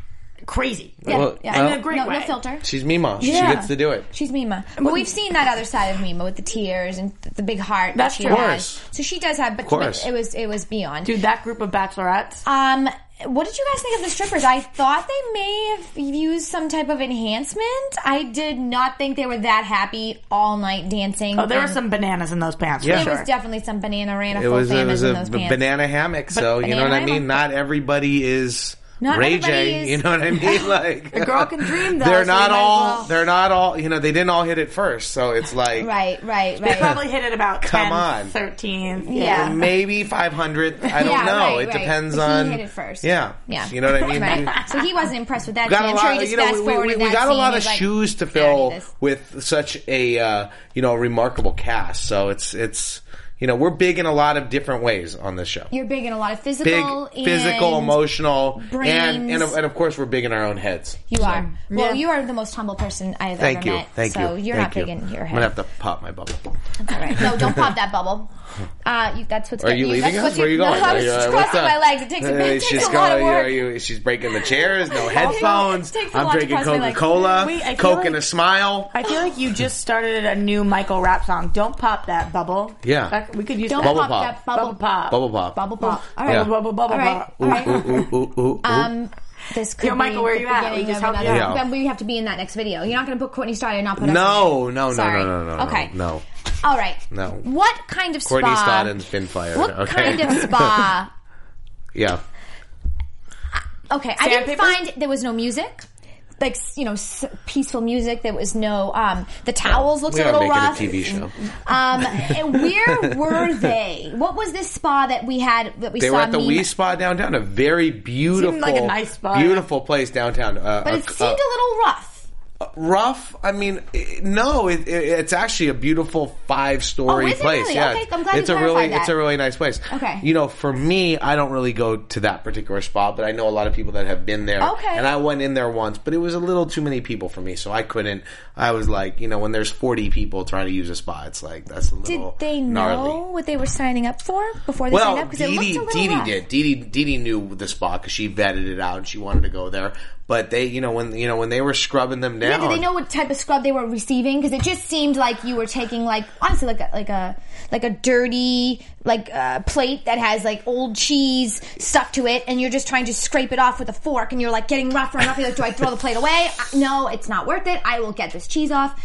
Speaker 4: crazy.
Speaker 2: Yeah,
Speaker 3: Well,
Speaker 2: yeah.
Speaker 3: well-
Speaker 4: In a great
Speaker 2: no,
Speaker 4: way.
Speaker 2: no filter.
Speaker 3: She's Mima. She
Speaker 4: Yeah.
Speaker 3: gets to do it.
Speaker 2: She's Mima, but we've seen that other side of Mima with the tears and th- the big heart.
Speaker 4: That's
Speaker 2: that she
Speaker 4: true. Of
Speaker 3: course.
Speaker 2: Has. So she does have, but
Speaker 3: course.
Speaker 2: it was it was beyond.
Speaker 4: Dude, that group of bachelorettes.
Speaker 2: Um, what did you guys think of the strippers? I thought they may have used some type of enhancement. I did not think they were that happy all night dancing.
Speaker 4: Oh, there were
Speaker 2: and
Speaker 4: some bananas in those pants.
Speaker 3: Yeah.
Speaker 4: for
Speaker 2: There
Speaker 4: sure.
Speaker 2: was definitely some banana ran
Speaker 3: It was, it was
Speaker 2: in
Speaker 3: a
Speaker 2: those
Speaker 3: b-
Speaker 2: pants.
Speaker 3: banana hammock, so you know what I
Speaker 2: banana
Speaker 3: mean.
Speaker 2: hammock.
Speaker 3: Not everybody is
Speaker 2: Not
Speaker 3: Ray
Speaker 2: everybody
Speaker 3: J.
Speaker 2: is-
Speaker 3: You know what I mean? Like
Speaker 4: A girl can dream, though,
Speaker 3: They're
Speaker 4: so
Speaker 3: not
Speaker 4: you might as
Speaker 3: all.
Speaker 4: well.
Speaker 3: They're not all. You know, they didn't all hit it first, so it's like
Speaker 2: Right, right,
Speaker 4: They
Speaker 2: right.
Speaker 4: probably hit it about
Speaker 3: Come
Speaker 4: 10th,
Speaker 3: on.
Speaker 4: 13th.
Speaker 2: Yeah.
Speaker 3: maybe five hundred. I don't
Speaker 2: Yeah,
Speaker 3: know.
Speaker 2: right,
Speaker 3: it
Speaker 2: right.
Speaker 3: depends
Speaker 2: But he
Speaker 3: on.
Speaker 2: hit it first.
Speaker 3: Yeah,
Speaker 2: Yeah.
Speaker 3: You know what I mean?
Speaker 2: Right. So he wasn't impressed with that.
Speaker 3: got
Speaker 2: scene.
Speaker 3: a
Speaker 2: I'm
Speaker 3: lot.
Speaker 2: sure he just
Speaker 3: you know,
Speaker 2: fast
Speaker 3: we, we, we
Speaker 2: forwarded that
Speaker 3: got a
Speaker 2: scene.
Speaker 3: lot of
Speaker 2: He's like,
Speaker 3: shoes to
Speaker 2: "I don't need
Speaker 3: fill
Speaker 2: this."
Speaker 3: with such a uh, you know remarkable cast. So it's it's you know we're big in a lot of different ways on this show.
Speaker 2: You're big in a lot of
Speaker 3: big
Speaker 2: physical,
Speaker 3: physical,
Speaker 2: and
Speaker 3: emotional, and, and
Speaker 2: brains.
Speaker 3: and of course we're big in our own heads.
Speaker 2: You are. Well,
Speaker 4: Yeah.
Speaker 2: you are the most humble person I have
Speaker 3: Thank
Speaker 2: ever
Speaker 3: you,
Speaker 2: met.
Speaker 3: thank you.
Speaker 2: so you're
Speaker 3: thank
Speaker 2: not big
Speaker 3: you.
Speaker 2: in your
Speaker 3: I'm
Speaker 2: head.
Speaker 3: gonna have to pop my bubble.
Speaker 2: All right. No, don't pop that bubble. Uh, you, that's what's
Speaker 3: Are you leaving
Speaker 2: that's
Speaker 3: us?
Speaker 2: what's
Speaker 3: Where are you
Speaker 2: no,
Speaker 3: going?
Speaker 2: I was
Speaker 3: Are you-
Speaker 2: just
Speaker 3: uh, what's
Speaker 2: crossing
Speaker 3: up?
Speaker 2: my legs. It takes, a-
Speaker 3: Uh,
Speaker 2: it takes
Speaker 3: she's
Speaker 2: a lot of
Speaker 3: going-
Speaker 2: work.
Speaker 3: Are you, she's breaking the chairs. No
Speaker 2: It
Speaker 3: headphones.
Speaker 2: takes a
Speaker 3: I'm
Speaker 2: lot to
Speaker 3: drinking
Speaker 2: cross my legs.
Speaker 3: Coca Cola.
Speaker 4: Wait, I feel
Speaker 3: Coke
Speaker 4: like-
Speaker 3: and a smile.
Speaker 4: I feel like you just started a new Michael rap song. Don't pop that bubble.
Speaker 3: Yeah.
Speaker 4: That- we could use
Speaker 2: Don't
Speaker 4: that.
Speaker 3: Bubble
Speaker 2: pop,
Speaker 3: pop.
Speaker 2: that bubble,
Speaker 4: Bubble pop.
Speaker 3: Bubble pop.
Speaker 2: Bubble pop. All right.
Speaker 3: Yeah.
Speaker 4: Bubble, bubble,
Speaker 2: All right.
Speaker 4: bubble.
Speaker 2: All right.
Speaker 3: Ooh, ooh, ooh, ooh, ooh.
Speaker 2: Um, this could
Speaker 4: Yo, Michael,
Speaker 2: be
Speaker 4: where
Speaker 2: the
Speaker 4: you at?
Speaker 2: beginning
Speaker 4: We just
Speaker 2: of
Speaker 4: helped
Speaker 2: another-
Speaker 3: you out.
Speaker 2: Then we have to be in that next video. You're not going to put Courtney Stoddard and not put us
Speaker 3: no, no, no,
Speaker 2: Sorry.
Speaker 3: no, no, no, no.
Speaker 2: Okay.
Speaker 3: No.
Speaker 2: All right.
Speaker 3: No.
Speaker 2: What kind of spa?
Speaker 3: Courtney Stodden's been fired.
Speaker 2: What
Speaker 3: okay.
Speaker 2: kind of spa?
Speaker 3: yeah.
Speaker 2: Okay, I didn't
Speaker 4: Sandpaper?
Speaker 2: find there was no music. Like s- you know, s- peaceful music. There was no. Um, the towels looked
Speaker 3: We
Speaker 2: a
Speaker 3: are
Speaker 2: little
Speaker 3: making
Speaker 2: rough.
Speaker 3: a TV show.
Speaker 2: Um, and where were they? What was this spa that we had that we
Speaker 3: They
Speaker 2: saw?
Speaker 3: were at the
Speaker 2: meme-
Speaker 3: Wee Spa downtown, a very beautiful,
Speaker 4: Seemed like a nice spa.
Speaker 3: beautiful place downtown. Uh,
Speaker 2: But it
Speaker 3: a-
Speaker 2: seemed a little rough.
Speaker 3: rough. I mean, i- no, it, it, it's actually a beautiful five
Speaker 2: Oh,
Speaker 3: story
Speaker 2: is it
Speaker 3: place.
Speaker 2: really?
Speaker 3: Yeah,
Speaker 2: Okay, I'm glad
Speaker 3: it's
Speaker 2: you
Speaker 3: a really
Speaker 2: clarified that.
Speaker 3: it's a really nice place.
Speaker 2: Okay.
Speaker 3: you know, for me, I don't really go to that particular spot, but I know a lot of people that have been there.
Speaker 2: Okay.
Speaker 3: and I went in there once, but it was a little too many people for me, so I couldn't. I was like, you know, when there's 40 people trying to use a spot, it's like that's a
Speaker 2: Did
Speaker 3: little
Speaker 2: they know
Speaker 3: gnarly.
Speaker 2: what they were signing up for before they signed
Speaker 3: Well,
Speaker 2: up? Because it looked a
Speaker 3: Dee Dee,
Speaker 2: little
Speaker 3: Dee Dee
Speaker 2: rough.
Speaker 3: did. Dee Dee, Dee Dee knew the spot because she vetted it out and she wanted to go there. But they, you know, when you know when they were scrubbing them
Speaker 2: Yeah,
Speaker 3: down,
Speaker 2: did they know what type of scrub they were receiving? Because it just seemed like you were taking like honestly like a like a like a dirty like uh, plate that has like old cheese stuck to it, and you're just trying to scrape it off with a fork, and you're like getting rougher and rougher. You're like, do I throw the plate away? I, no, it's not worth it. I will get this cheese off.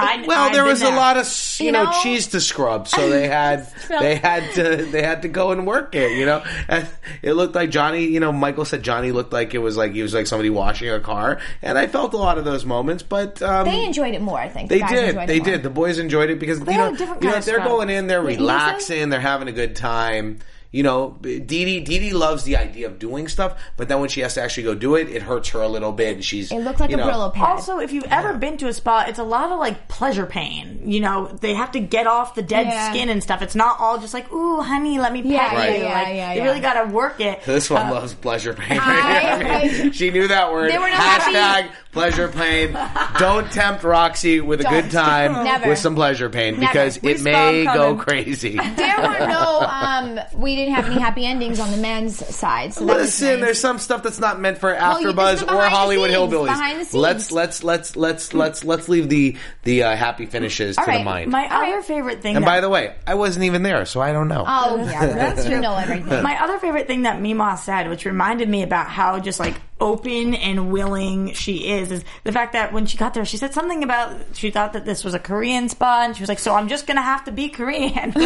Speaker 4: I,
Speaker 3: Well,
Speaker 4: I've
Speaker 3: there
Speaker 4: been
Speaker 3: was a
Speaker 4: there.
Speaker 3: lot of s- you,
Speaker 2: You
Speaker 3: know,
Speaker 2: know?
Speaker 3: cheese to scrub, so they had
Speaker 2: No.
Speaker 3: they had to they had to go and work it. You know, and it looked like Johnny. You know, Michael said Johnny looked like it was like he was like somebody washing a car, and I felt a lot of those moments. But um,
Speaker 2: They enjoyed it more, I think.
Speaker 3: They
Speaker 2: The guys
Speaker 3: did.
Speaker 2: enjoyed it
Speaker 3: They
Speaker 2: more.
Speaker 3: did. The boys enjoyed it because you
Speaker 4: had
Speaker 3: know,
Speaker 4: a different
Speaker 3: you know
Speaker 4: kind of
Speaker 3: they're
Speaker 4: scrub.
Speaker 3: going in, they're
Speaker 4: Wait, you
Speaker 3: relaxing, they're having a good time. You know, Dee Dee, Dee Dee loves the idea of doing stuff, but then when she has to actually go do it, it hurts her a little bit, and she's
Speaker 2: It looked like
Speaker 3: you
Speaker 2: a
Speaker 3: know,
Speaker 2: Brillo pad.
Speaker 4: Also, if you've ever been to a spa, it's a lot of like pleasure pain. You know, they have to get off the dead
Speaker 2: Yeah.
Speaker 4: skin and stuff. It's not all just like, ooh, honey, let me pet
Speaker 2: Yeah,
Speaker 3: yeah,
Speaker 4: you.
Speaker 2: yeah,
Speaker 4: like,
Speaker 2: yeah,
Speaker 4: you
Speaker 2: yeah.
Speaker 4: really got to work it.
Speaker 3: This one loves pleasure pain.
Speaker 2: I-
Speaker 3: I mean, she knew that word.
Speaker 2: Uh, They were not
Speaker 3: Hashtag
Speaker 2: happy.
Speaker 3: pleasure pain. Don't tempt Roxy with
Speaker 2: Don't.
Speaker 3: a good time
Speaker 2: Never.
Speaker 3: with some pleasure pain because
Speaker 4: We
Speaker 3: it
Speaker 4: saw
Speaker 3: may
Speaker 4: him
Speaker 3: go
Speaker 4: coming.
Speaker 3: crazy.
Speaker 2: There were no. Um, we didn't have any happy endings on the men's side. So that was
Speaker 3: Listen,
Speaker 2: nice.
Speaker 3: there's some stuff that's not meant for
Speaker 2: you- this is
Speaker 3: AfterBuzz
Speaker 2: the
Speaker 3: or
Speaker 2: behind the
Speaker 3: Hollywood
Speaker 2: scenes,
Speaker 3: hillbillies.
Speaker 2: behind the scenes.
Speaker 3: Let's let's let's let's let's let's leave the the uh, happy finishes to the
Speaker 2: right,
Speaker 3: mind.
Speaker 4: My
Speaker 2: All
Speaker 4: other
Speaker 2: right.
Speaker 4: favorite thing.
Speaker 3: and
Speaker 4: that,
Speaker 3: by the way, I wasn't even there, so I don't know.
Speaker 2: Oh yeah, that's you know everything.
Speaker 4: My other favorite thing that Mima said, which reminded me about how just like open and willing she is, is is the fact that when she got there, she said something about she thought that this was a Korean spa, and she was like, "So I'm just gonna have to be Korean."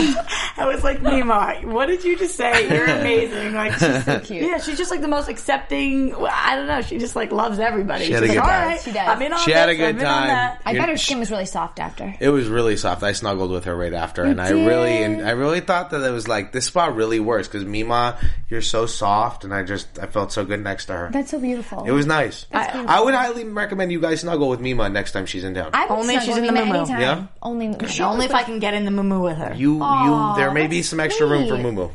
Speaker 4: I was like, "Nima, what did you just say? You're amazing!" Like, she's so
Speaker 2: cute.
Speaker 4: Yeah, she's just like the most accepting. I don't know. She just like loves everybody.
Speaker 3: had
Speaker 4: she's
Speaker 3: a
Speaker 4: like,
Speaker 3: good
Speaker 4: "All
Speaker 3: time.
Speaker 4: right,
Speaker 2: She does.
Speaker 4: I'm in on
Speaker 3: She had
Speaker 4: this,
Speaker 3: a good
Speaker 4: I'm in on
Speaker 3: time.
Speaker 4: that."
Speaker 2: I
Speaker 3: You're-
Speaker 2: bet her skin was really soft after.
Speaker 3: It was really soft. I snuggled with her right after, and I
Speaker 2: did.
Speaker 3: really and I really thought that it was like this spot really works because Mima, you're so soft, and I just I felt so good next to her.
Speaker 2: That's so beautiful.
Speaker 3: it was nice. I, I would highly recommend you guys snuggle with Mima next time she's in town.
Speaker 2: I would
Speaker 4: Only if
Speaker 2: snuggle
Speaker 4: she's in
Speaker 2: Mima
Speaker 4: the moo-moo.
Speaker 2: anytime.
Speaker 3: Yeah?
Speaker 2: Only
Speaker 4: Only if I can get in the moo with her.
Speaker 3: you
Speaker 2: Aw,
Speaker 3: you there may be
Speaker 2: that's
Speaker 3: some extra room for
Speaker 2: sweet.
Speaker 3: Mumu.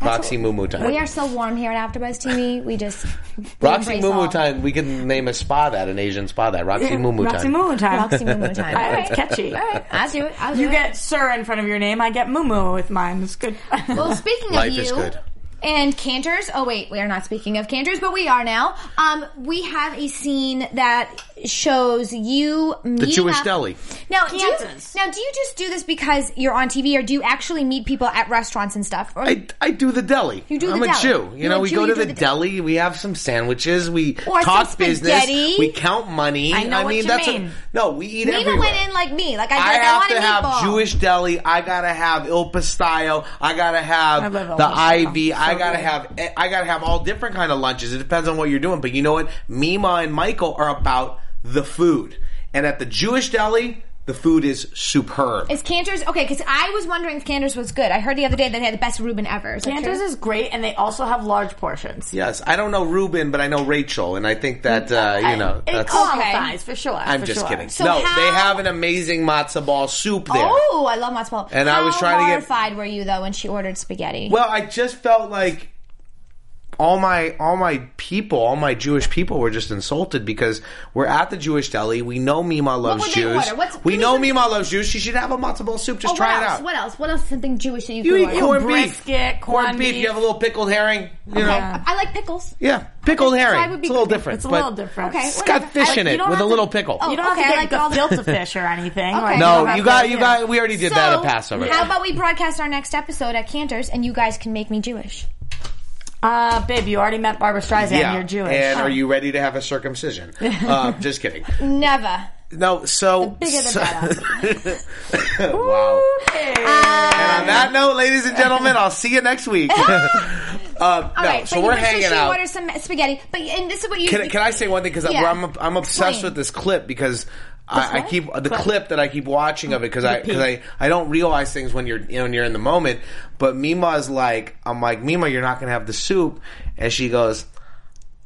Speaker 3: Roxy Mumu time.
Speaker 2: We are so warm here at AfterBuzz TV. We just we
Speaker 3: Roxy
Speaker 2: embrace
Speaker 3: Mumu
Speaker 2: all.
Speaker 3: time. We can name a spa that an Asian spa that Roxy Mumu
Speaker 4: Roxy
Speaker 3: time.
Speaker 4: Mumu time.
Speaker 2: Roxy Mumu time.
Speaker 4: All right,
Speaker 2: Alright.
Speaker 4: catchy.
Speaker 2: All right, I'll do it. I'll do
Speaker 4: You
Speaker 2: it.
Speaker 4: get sir in front of your name. I get Mumu with mine. It's good.
Speaker 2: Well, speaking of
Speaker 3: Life
Speaker 2: you
Speaker 3: is good.
Speaker 2: and Cantors. Oh wait, we are not speaking of Cantors, but we are now. Um, we have a scene that shows you the
Speaker 3: Jewish deli.
Speaker 2: Now, do you,
Speaker 4: Cantors.
Speaker 2: now do you just do this because you're on TV, or do you actually meet people at restaurants and stuff? Or,
Speaker 3: I, I do the deli.
Speaker 2: You do the
Speaker 3: I'm
Speaker 2: deli.
Speaker 3: a Jew. You
Speaker 2: You're
Speaker 3: know,
Speaker 2: a
Speaker 3: we
Speaker 2: Jew,
Speaker 3: go
Speaker 2: you
Speaker 3: to
Speaker 2: do
Speaker 3: the,
Speaker 2: the deli.
Speaker 3: deli. We have some sandwiches. We
Speaker 2: Or
Speaker 3: talk
Speaker 2: some
Speaker 3: business.
Speaker 2: spaghetti.
Speaker 3: We count money.
Speaker 4: I know what
Speaker 3: mean,
Speaker 4: you
Speaker 3: that's
Speaker 4: mean.
Speaker 3: A, no. We eat
Speaker 2: Neva
Speaker 3: everywhere.
Speaker 2: went in like me, like I,
Speaker 3: I
Speaker 2: like, I
Speaker 3: have
Speaker 2: wanted
Speaker 3: to have
Speaker 2: meatball.
Speaker 3: Jewish deli. I gotta have Il Pastel. I gotta have
Speaker 4: I love Il
Speaker 3: the
Speaker 4: Pastel.
Speaker 3: Ivy. I
Speaker 4: So
Speaker 3: gotta
Speaker 4: good.
Speaker 3: have. I gotta have all different kind of lunches. It depends on what you're doing. But you know what? Mima and Michael are about the food, and at the Jewish deli, the food is superb.
Speaker 2: Is Cantors okay? Because I was wondering if Cantors was good. I heard the other day that they had the best Reuben ever. Is that
Speaker 4: Santa's
Speaker 2: true?
Speaker 4: is great, and they also have large portions.
Speaker 3: yes, I don't know Ruben, but I know Rachel, and I think that uh, you know.
Speaker 4: it
Speaker 3: That's,
Speaker 4: qualifies for sure.
Speaker 3: I'm
Speaker 4: for
Speaker 3: just
Speaker 4: sure.
Speaker 3: kidding.
Speaker 2: So
Speaker 3: no,
Speaker 2: how-
Speaker 3: they have an amazing matzo ball soup there.
Speaker 2: Oh, I love matzo ball.
Speaker 3: And I
Speaker 2: How
Speaker 3: was trying to get-
Speaker 2: horrified were you though when she ordered spaghetti?
Speaker 3: Well, I just felt like all my all my people, all my Jewish people were just insulted because we're at the Jewish deli. We know Mima loves
Speaker 2: would they
Speaker 3: Jews.
Speaker 2: order? What's-
Speaker 3: we
Speaker 2: give me
Speaker 3: know
Speaker 2: some-
Speaker 3: Mima loves Jews. She should have a matzo ball soup. Just
Speaker 2: Oh,
Speaker 3: try
Speaker 2: what
Speaker 3: it
Speaker 2: else?
Speaker 3: out.
Speaker 2: What else? What else? is Something Jewish that you,
Speaker 3: You
Speaker 2: can
Speaker 3: eat
Speaker 2: order?
Speaker 3: corned beef,
Speaker 4: Brisket, corned
Speaker 3: corned beef.
Speaker 4: beef.
Speaker 3: You have a little pickled herring. You
Speaker 2: Okay.
Speaker 3: know,
Speaker 2: I like pickles.
Speaker 3: yeah, pickled
Speaker 2: Okay, so I
Speaker 3: herring.
Speaker 2: would be
Speaker 3: it's a little
Speaker 2: good.
Speaker 3: different.
Speaker 4: It's a
Speaker 3: but
Speaker 4: little different.
Speaker 2: Okay,
Speaker 3: It's
Speaker 2: whatever.
Speaker 3: got fish
Speaker 2: I-
Speaker 3: in
Speaker 4: you
Speaker 3: it
Speaker 4: don't
Speaker 3: with a
Speaker 4: have
Speaker 3: little
Speaker 4: to-
Speaker 3: pickle.
Speaker 2: Oh,
Speaker 4: You don't have
Speaker 2: Okay,
Speaker 4: to get
Speaker 2: I like all
Speaker 4: the
Speaker 2: the-
Speaker 4: filter fish or anything.
Speaker 2: Okay.
Speaker 4: Like,
Speaker 2: No,
Speaker 3: no,
Speaker 4: you don't have
Speaker 3: you
Speaker 4: to-
Speaker 3: got you
Speaker 4: yeah.
Speaker 3: got. We already did that at
Speaker 2: So,
Speaker 3: Passover.
Speaker 2: How about we broadcast our next episode at Cantor's and you guys can make me Jewish?
Speaker 4: Uh, babe, you already met Barbara Streisand.
Speaker 3: yeah,
Speaker 4: You're Jewish. Oh.
Speaker 3: and are you ready to have a circumcision? uh, just kidding.
Speaker 2: Never.
Speaker 3: No, so
Speaker 2: Bigger than
Speaker 3: so-
Speaker 2: that. Um,
Speaker 3: wow. And on that note, ladies and gentlemen, I'll see you next week. uh,
Speaker 2: All
Speaker 3: no,
Speaker 2: right,
Speaker 3: so
Speaker 2: but
Speaker 3: we're
Speaker 2: you make
Speaker 3: hanging
Speaker 2: sure she
Speaker 3: out.
Speaker 2: orders some spaghetti. But and this is what you
Speaker 3: can, can I say one thing? Because
Speaker 2: Yeah.
Speaker 3: I'm I'm obsessed
Speaker 2: Explain.
Speaker 3: with this clip because. I, I
Speaker 4: what?
Speaker 3: keep the
Speaker 4: Clip.
Speaker 3: clip that I keep watching of it because I because I, I don't realize things when you're you know, when you're in the moment. But Mima's like I'm like Mima, you're not gonna have the soup, and she goes,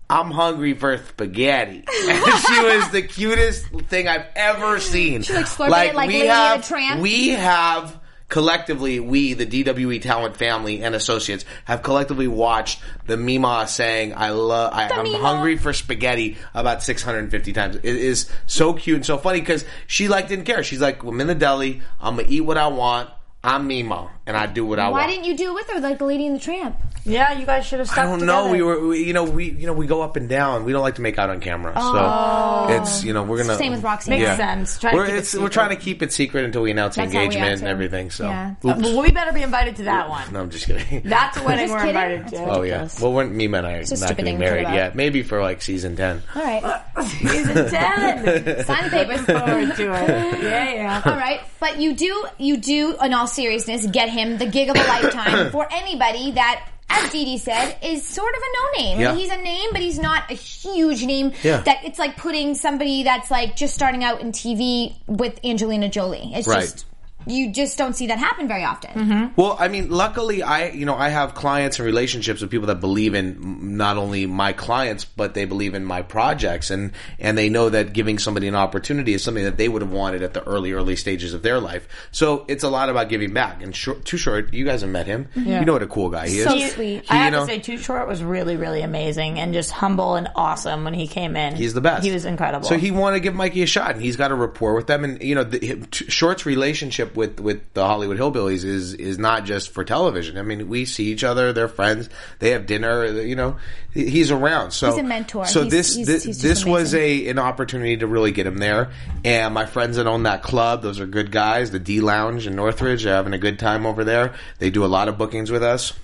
Speaker 3: I'm hungry for spaghetti. And she was the cutest thing I've ever seen. She
Speaker 2: like, slurping it like Lady and
Speaker 3: have,
Speaker 2: the Tramp.
Speaker 3: We have collectively, we, the DWE talent family and associates, have collectively watched the Mima saying, I love, I, I'm
Speaker 2: Mima.
Speaker 3: hungry for spaghetti about 650 times. It is so cute and so funny because she like didn't care. She's like, I'm in the deli. I'm going to eat what I want. I'm Mima and I do what I
Speaker 2: Why
Speaker 3: want.
Speaker 2: didn't you do it with her like the lady and the tramp?
Speaker 4: Yeah, you guys should have stuck
Speaker 3: I don't
Speaker 4: together.
Speaker 3: know. We were, we, you know, we, you know, we go up and down. We don't like to make out on camera, so it's, you know, we're gonna
Speaker 2: Oh. Same with Roxy.
Speaker 4: Makes
Speaker 2: Yeah.
Speaker 4: sense. Try to
Speaker 3: We're,
Speaker 4: keep it
Speaker 3: it's, we're
Speaker 4: secret.
Speaker 3: trying to keep it secret until we announce
Speaker 2: That's how we are,
Speaker 3: engagement and
Speaker 2: too.
Speaker 3: everything. So,
Speaker 2: Yeah.
Speaker 3: Oops.
Speaker 4: Well, we better be invited to that one.
Speaker 3: no, I'm just kidding.
Speaker 4: That's a wedding
Speaker 2: Just
Speaker 4: we're
Speaker 2: kidding?
Speaker 4: invited
Speaker 2: That's
Speaker 4: to.
Speaker 3: oh yeah. Well, we're Mima and I are
Speaker 2: It's a
Speaker 3: not
Speaker 2: stupid
Speaker 3: getting
Speaker 2: thing to
Speaker 3: married
Speaker 2: talk about.
Speaker 3: yet. Maybe for like season ten.
Speaker 2: All right.
Speaker 4: He's a 10.
Speaker 2: Sign the
Speaker 4: Forward
Speaker 2: papers.
Speaker 4: to it. Yeah, yeah.
Speaker 2: All right, but you do you do in all seriousness get him the gig of a lifetime for anybody that as Dee Dee said is sort of a no name.
Speaker 3: Yeah.
Speaker 2: he's a name, but he's not a huge name.
Speaker 3: Yeah.
Speaker 2: That it's like putting somebody that's like just starting out in TV with Angelina Jolie. It's
Speaker 3: Right.
Speaker 2: just you just don't see that happen very often.
Speaker 3: Well, I mean, luckily, I you know I have clients and relationships with people that believe in m- not only my clients, but they believe in my projects, and and they know that giving somebody an opportunity is something that they would have wanted at the early early stages of their life. So it's a lot about giving back. And short, too short, you guys have met him. You know what a cool guy he
Speaker 2: So
Speaker 3: is.
Speaker 2: sweet.
Speaker 3: He,
Speaker 4: I have
Speaker 3: you know,
Speaker 4: to say, Too Short was really, really amazing and just humble and awesome when he came in.
Speaker 3: He's the best.
Speaker 4: He was incredible.
Speaker 3: So he wanted to give Mikey a shot, and he's got a rapport with them. And you know, the, him- T- Short's relationship with with the Hollywood Hillbillies is is not just for television. I mean, we see each other; they're friends. They have dinner. You know, he- he's around. So
Speaker 2: He's a mentor.
Speaker 3: So
Speaker 2: He's-
Speaker 3: this
Speaker 2: he's-
Speaker 3: thi-
Speaker 2: he's just
Speaker 3: this was
Speaker 2: amazing.
Speaker 3: a a- an opportunity to really get him there. And my friends that own that club, those are good guys. The D Lounge in Northridge, they're having a good time over there. They do a lot of bookings with us.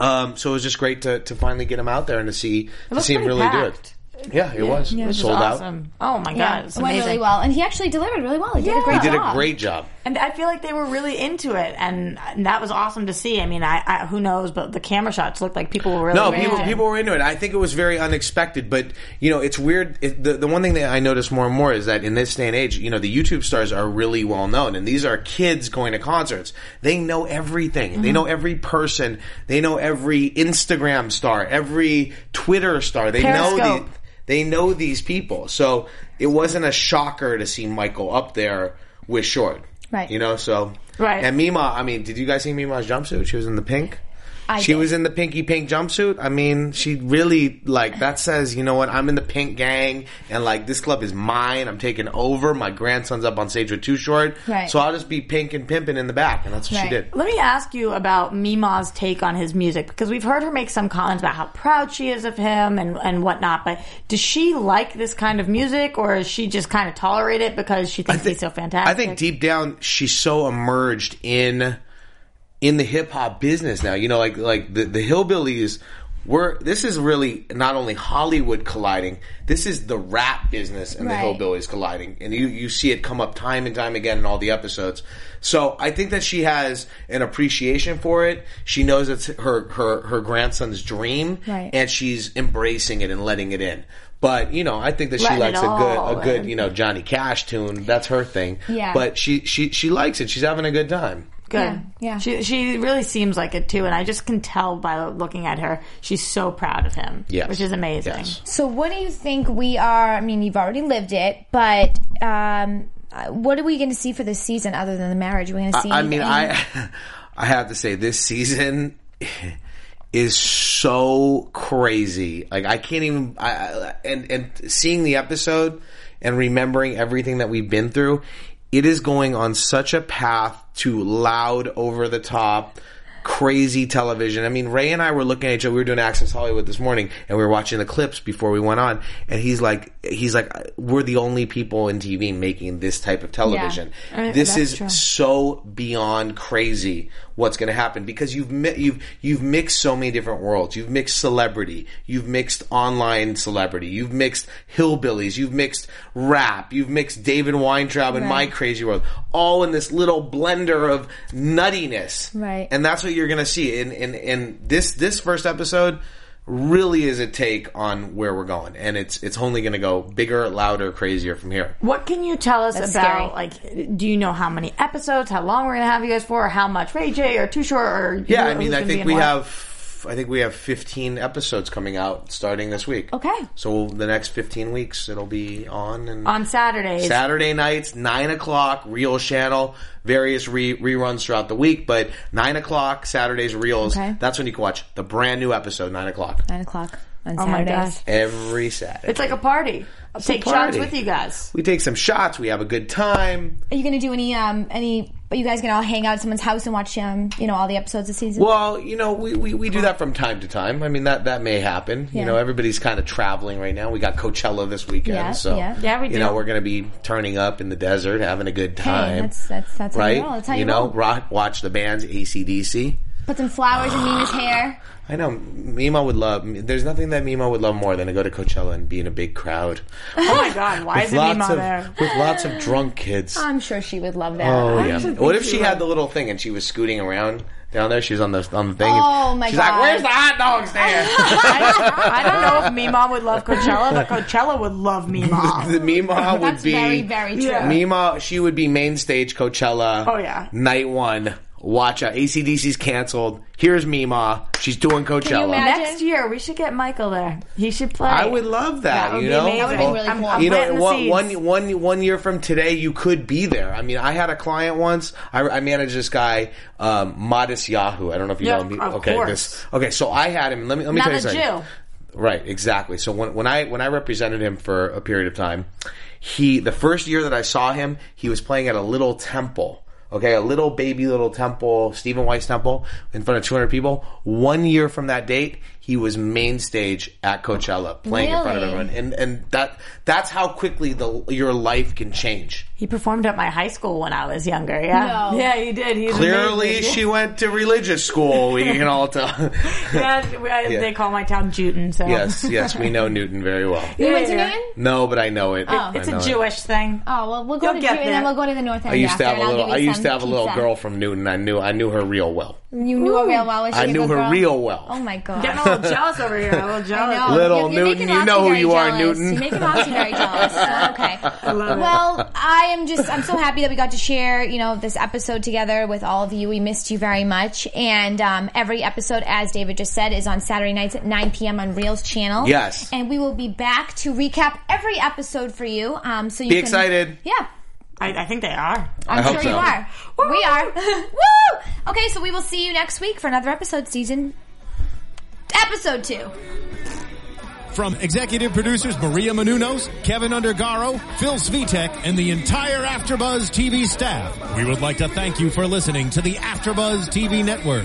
Speaker 3: Um, so it was just great to, to finally get him out there and to see to see him really do it. Yeah, it was.
Speaker 4: Yeah,
Speaker 3: It
Speaker 4: it
Speaker 3: was
Speaker 4: was
Speaker 3: sold out.
Speaker 4: awesome. Oh my
Speaker 2: Yeah,
Speaker 4: god, it's
Speaker 2: it went
Speaker 4: amazing.
Speaker 2: really well, and he actually delivered really well. He did a great
Speaker 4: He
Speaker 3: Did a
Speaker 2: job.
Speaker 3: great job.
Speaker 4: And I feel like they were really into it, and, and that was awesome to see. I mean, I, I who knows, but the camera shots looked like people were really
Speaker 3: No,
Speaker 4: into
Speaker 3: people
Speaker 4: it.
Speaker 3: people were into it. I think it was very unexpected, but you know, it's weird. It, the the one thing that I notice more and more is that in this day and age, you know, the YouTube stars are really well known, and these are kids going to concerts. They know everything.
Speaker 4: Mm-hmm.
Speaker 3: They know every person. They know every Instagram star, every Twitter star. They know
Speaker 4: Periscope.
Speaker 3: the, they know these people. So it wasn't a shocker to see Michael up there with Short.
Speaker 2: Right.
Speaker 3: You know, so
Speaker 4: Right.
Speaker 3: And Mima, I mean, did you guys see Mima's jumpsuit? She was in the pink
Speaker 2: I
Speaker 3: she
Speaker 2: did.
Speaker 3: was in the pinky pink jumpsuit. I mean, she really like that says, you know what? I'm in the pink gang, and like this club is mine. I'm taking over. My grandson's up on stage with Too Short,
Speaker 2: Right.
Speaker 3: so I'll just be pink and pimping in the back, and that's what she
Speaker 2: Right.
Speaker 3: did.
Speaker 4: Let me ask you about Mima's take on his music because we've heard her make some comments about how proud she is of him and, and whatnot. But does she like this kind of music, or is she just kind of tolerate it because she thinks he's so fantastic?
Speaker 3: I think deep down she's so emerged in in the hip hop business now. You know, like like the the hillbillies were. This is really not only Hollywood colliding. This is the rap business and
Speaker 2: Right.
Speaker 3: the hillbillies colliding, and you you see it come up time and time again in all the episodes. So I think that she has an appreciation for it. She knows it's her her her grandson's dream,
Speaker 2: Right.
Speaker 3: and she's embracing it and letting it in. But you know, I think that she
Speaker 4: Letting it
Speaker 3: likes a
Speaker 4: all
Speaker 3: good a good
Speaker 4: in.
Speaker 3: you know Johnny Cash tune. That's her thing.
Speaker 2: Yeah.
Speaker 3: But she she she likes it. She's having a good time.
Speaker 4: good.
Speaker 2: Yeah, yeah.
Speaker 4: She she really seems like it too, and I just can tell by looking at her, she's so proud of him.
Speaker 3: Yes.
Speaker 4: which is amazing.
Speaker 3: Yes.
Speaker 2: So, what do you think we are? I mean, you've already lived it, but um, uh, what are we going to see for this season other than the marriage? Are we going to see?
Speaker 3: I mean,
Speaker 2: anything?
Speaker 3: I I have to say this season is so crazy. Like I can't even. I, I and and seeing the episode and remembering everything that we've been through, it is going on such a path to loud, over the top. Crazy television. I mean, Ray and I were looking at each other. We were doing Access Hollywood this morning, and we were watching the clips before we went on. And he's like, he's like, we're the only people in TV making this type of television.
Speaker 4: Uh,
Speaker 3: This
Speaker 4: that's
Speaker 3: is
Speaker 4: true.
Speaker 3: so beyond crazy what's going to happen because you've mi- you've you've mixed so many different worlds. You've mixed celebrity, you've mixed online celebrity, you've mixed hillbillies, you've mixed rap, you've mixed David Weintraub and my crazy world, all in this little blender of nuttiness.
Speaker 2: Right.
Speaker 3: and that's what you're going to see. And and and this this first episode really is a take on where we're going, and it's it's only going to go bigger, louder, crazier from here.
Speaker 4: What can you tell us
Speaker 2: That's scary.
Speaker 4: about? Like, do you know how many episodes, how long we're going to have you guys for, or how much Ray J or Too Short or
Speaker 3: Yeah,
Speaker 4: who-
Speaker 3: I mean,
Speaker 4: who's
Speaker 3: I
Speaker 4: gonna be
Speaker 3: think
Speaker 4: in
Speaker 3: we
Speaker 4: what?
Speaker 3: have, I think we have 15 episodes coming out starting this week.
Speaker 2: Okay.
Speaker 3: So the next 15 weeks, it'll be on and
Speaker 4: on Saturdays.
Speaker 3: Saturday nights, nine o'clock, Reels channel, various re- reruns throughout the week, but nine o'clock Saturdays Reels.
Speaker 2: Okay.
Speaker 3: That's when you can watch the brand new episode, nine o'clock
Speaker 2: nine o'clock on
Speaker 4: Oh my
Speaker 2: Saturdays.
Speaker 4: gosh.
Speaker 3: every Saturday.
Speaker 4: It's like a party. I'll take shots
Speaker 3: party.
Speaker 4: with you guys.
Speaker 3: we take some shots. We have a good time.
Speaker 2: Are you going to do any? Um, any? Are you guys going to all hang out at someone's house and watch um, you know, all the episodes of season?
Speaker 3: Well, you know, we, we, we do that from time to time. I mean, that, that may happen. You
Speaker 2: Yeah.
Speaker 3: know, everybody's kind of traveling right now. We got Coachella this weekend,
Speaker 2: Yeah,
Speaker 3: so
Speaker 2: yeah.
Speaker 4: Yeah, we
Speaker 3: you
Speaker 4: do.
Speaker 3: know we're going to be turning up in the desert, having a good
Speaker 2: Hey,
Speaker 3: time.
Speaker 2: that's that's that's how you
Speaker 3: right?
Speaker 2: roll. That's how you,
Speaker 3: know,
Speaker 2: roll.
Speaker 3: rock, watch the bands ACDC.
Speaker 2: Put some flowers in Mima's hair.
Speaker 3: I know Mima would love. There's nothing that Mima would love more than to go to Coachella and be in a big crowd
Speaker 4: Oh my god, why is
Speaker 3: with
Speaker 4: it Mima
Speaker 3: lots of
Speaker 4: there?
Speaker 3: with lots of drunk kids.
Speaker 2: I'm sure she would love that.
Speaker 3: Oh yeah.
Speaker 4: actually
Speaker 3: What
Speaker 4: think
Speaker 3: if
Speaker 4: she
Speaker 3: she had
Speaker 4: would.
Speaker 3: the little thing and she was scooting around down there? She was on the on the thing. and
Speaker 2: Oh, my
Speaker 3: she's
Speaker 2: God.
Speaker 3: like, "Where's the hot dog stand?"
Speaker 4: I, I don't know if Mima would love Coachella, but Coachella would love Mima.
Speaker 3: The Mima would
Speaker 2: That's
Speaker 3: be
Speaker 2: very very true.
Speaker 4: Yeah.
Speaker 3: Mima. She would be main stage Coachella.
Speaker 4: Oh, yeah.
Speaker 3: night one. Watch out, ACDC's canceled. Here's Mima. She's doing Coachella.
Speaker 2: imagine?
Speaker 4: Next year, we should get Michael there. He should play.
Speaker 3: I would love that.
Speaker 4: That would
Speaker 3: you
Speaker 4: be
Speaker 3: know,
Speaker 4: amazing. That
Speaker 2: would've been really
Speaker 4: I'm-
Speaker 2: cool.
Speaker 4: I'm
Speaker 3: you know,
Speaker 4: planting the
Speaker 3: one,
Speaker 4: seeds.
Speaker 3: one, one, one year from today, you could be there. I mean, I had a client once. I, I managed this guy, um, Modest Yahoo. I don't know if you
Speaker 4: Yeah,
Speaker 3: know him.
Speaker 4: of
Speaker 3: okay,
Speaker 4: course.
Speaker 3: this. Okay, so I had him. Let me let me tell you
Speaker 4: Another
Speaker 3: something.
Speaker 4: Jew.
Speaker 3: Right, exactly. So when when I when I represented him for a period of time, he the first year that I saw him, he was playing at a little temple. Okay, a little baby little temple, Stephen Weiss temple, in front of 200 people. One year from that date, he was main stage at Coachella, playing in front of
Speaker 2: Really?
Speaker 3: everyone, and and that that's how quickly the your life can change.
Speaker 4: He performed at my high school when I was younger. Yeah,
Speaker 2: No.
Speaker 4: yeah, he did. He's
Speaker 3: Clearly,
Speaker 4: amazing.
Speaker 3: she went to religious school. We can all tell.
Speaker 4: Yeah, we- I-
Speaker 3: Yeah.
Speaker 4: They call my town Juden. So
Speaker 3: yes, yes, we know Newton very well.
Speaker 2: You went to
Speaker 4: Yeah. Oh.
Speaker 2: Newton?
Speaker 3: No, but I know it. I
Speaker 4: it's
Speaker 3: know
Speaker 4: a
Speaker 3: it.
Speaker 4: Jewish thing.
Speaker 2: Oh well, we'll go
Speaker 4: You'll
Speaker 2: to
Speaker 4: get
Speaker 2: Newton and then
Speaker 4: there.
Speaker 2: we'll go to the North End.
Speaker 3: I used
Speaker 2: after,
Speaker 3: to have
Speaker 2: and
Speaker 3: a
Speaker 2: I'll
Speaker 3: little.
Speaker 2: give you
Speaker 3: I used
Speaker 2: some
Speaker 3: to have a little
Speaker 2: pizza.
Speaker 3: girl from Newton. I knew. I knew her real well.
Speaker 2: You knew her real well. Was she
Speaker 3: I
Speaker 2: a
Speaker 3: knew
Speaker 2: good
Speaker 3: her
Speaker 2: girl?
Speaker 3: real well.
Speaker 2: Oh my god.
Speaker 4: Getting a little jealous over here. A little jealous.
Speaker 2: I know.
Speaker 3: Little
Speaker 2: You're- you're
Speaker 3: Newton,
Speaker 2: making
Speaker 3: you know who
Speaker 2: Roxy
Speaker 3: you
Speaker 2: very
Speaker 3: are,
Speaker 2: jealous.
Speaker 3: Newton.
Speaker 2: You're making Roxy very jealous. So, okay.
Speaker 4: love it.
Speaker 2: Well, I am just, I'm so happy that we got to share, you know, this episode together with all of you. We missed you very much. And um, every episode, as David just said, is on Saturday nights at 9 p.m. on Reels channel.
Speaker 3: Yes.
Speaker 2: And we will be back to recap every episode for you. Um, so you
Speaker 3: Be
Speaker 2: can-
Speaker 3: excited.
Speaker 2: Yeah.
Speaker 4: I, I think they are.
Speaker 2: I'm
Speaker 3: I hope
Speaker 2: sure you
Speaker 3: so.
Speaker 2: are. We are. Woo! Okay, so we will see you next week for another episode, season episode two.
Speaker 1: From executive producers Maria Manunos, Kevin Undergaro, Phil Svitek, and the entire Afterbuzz TV staff, we would like to thank you for listening to the Afterbuzz TV network.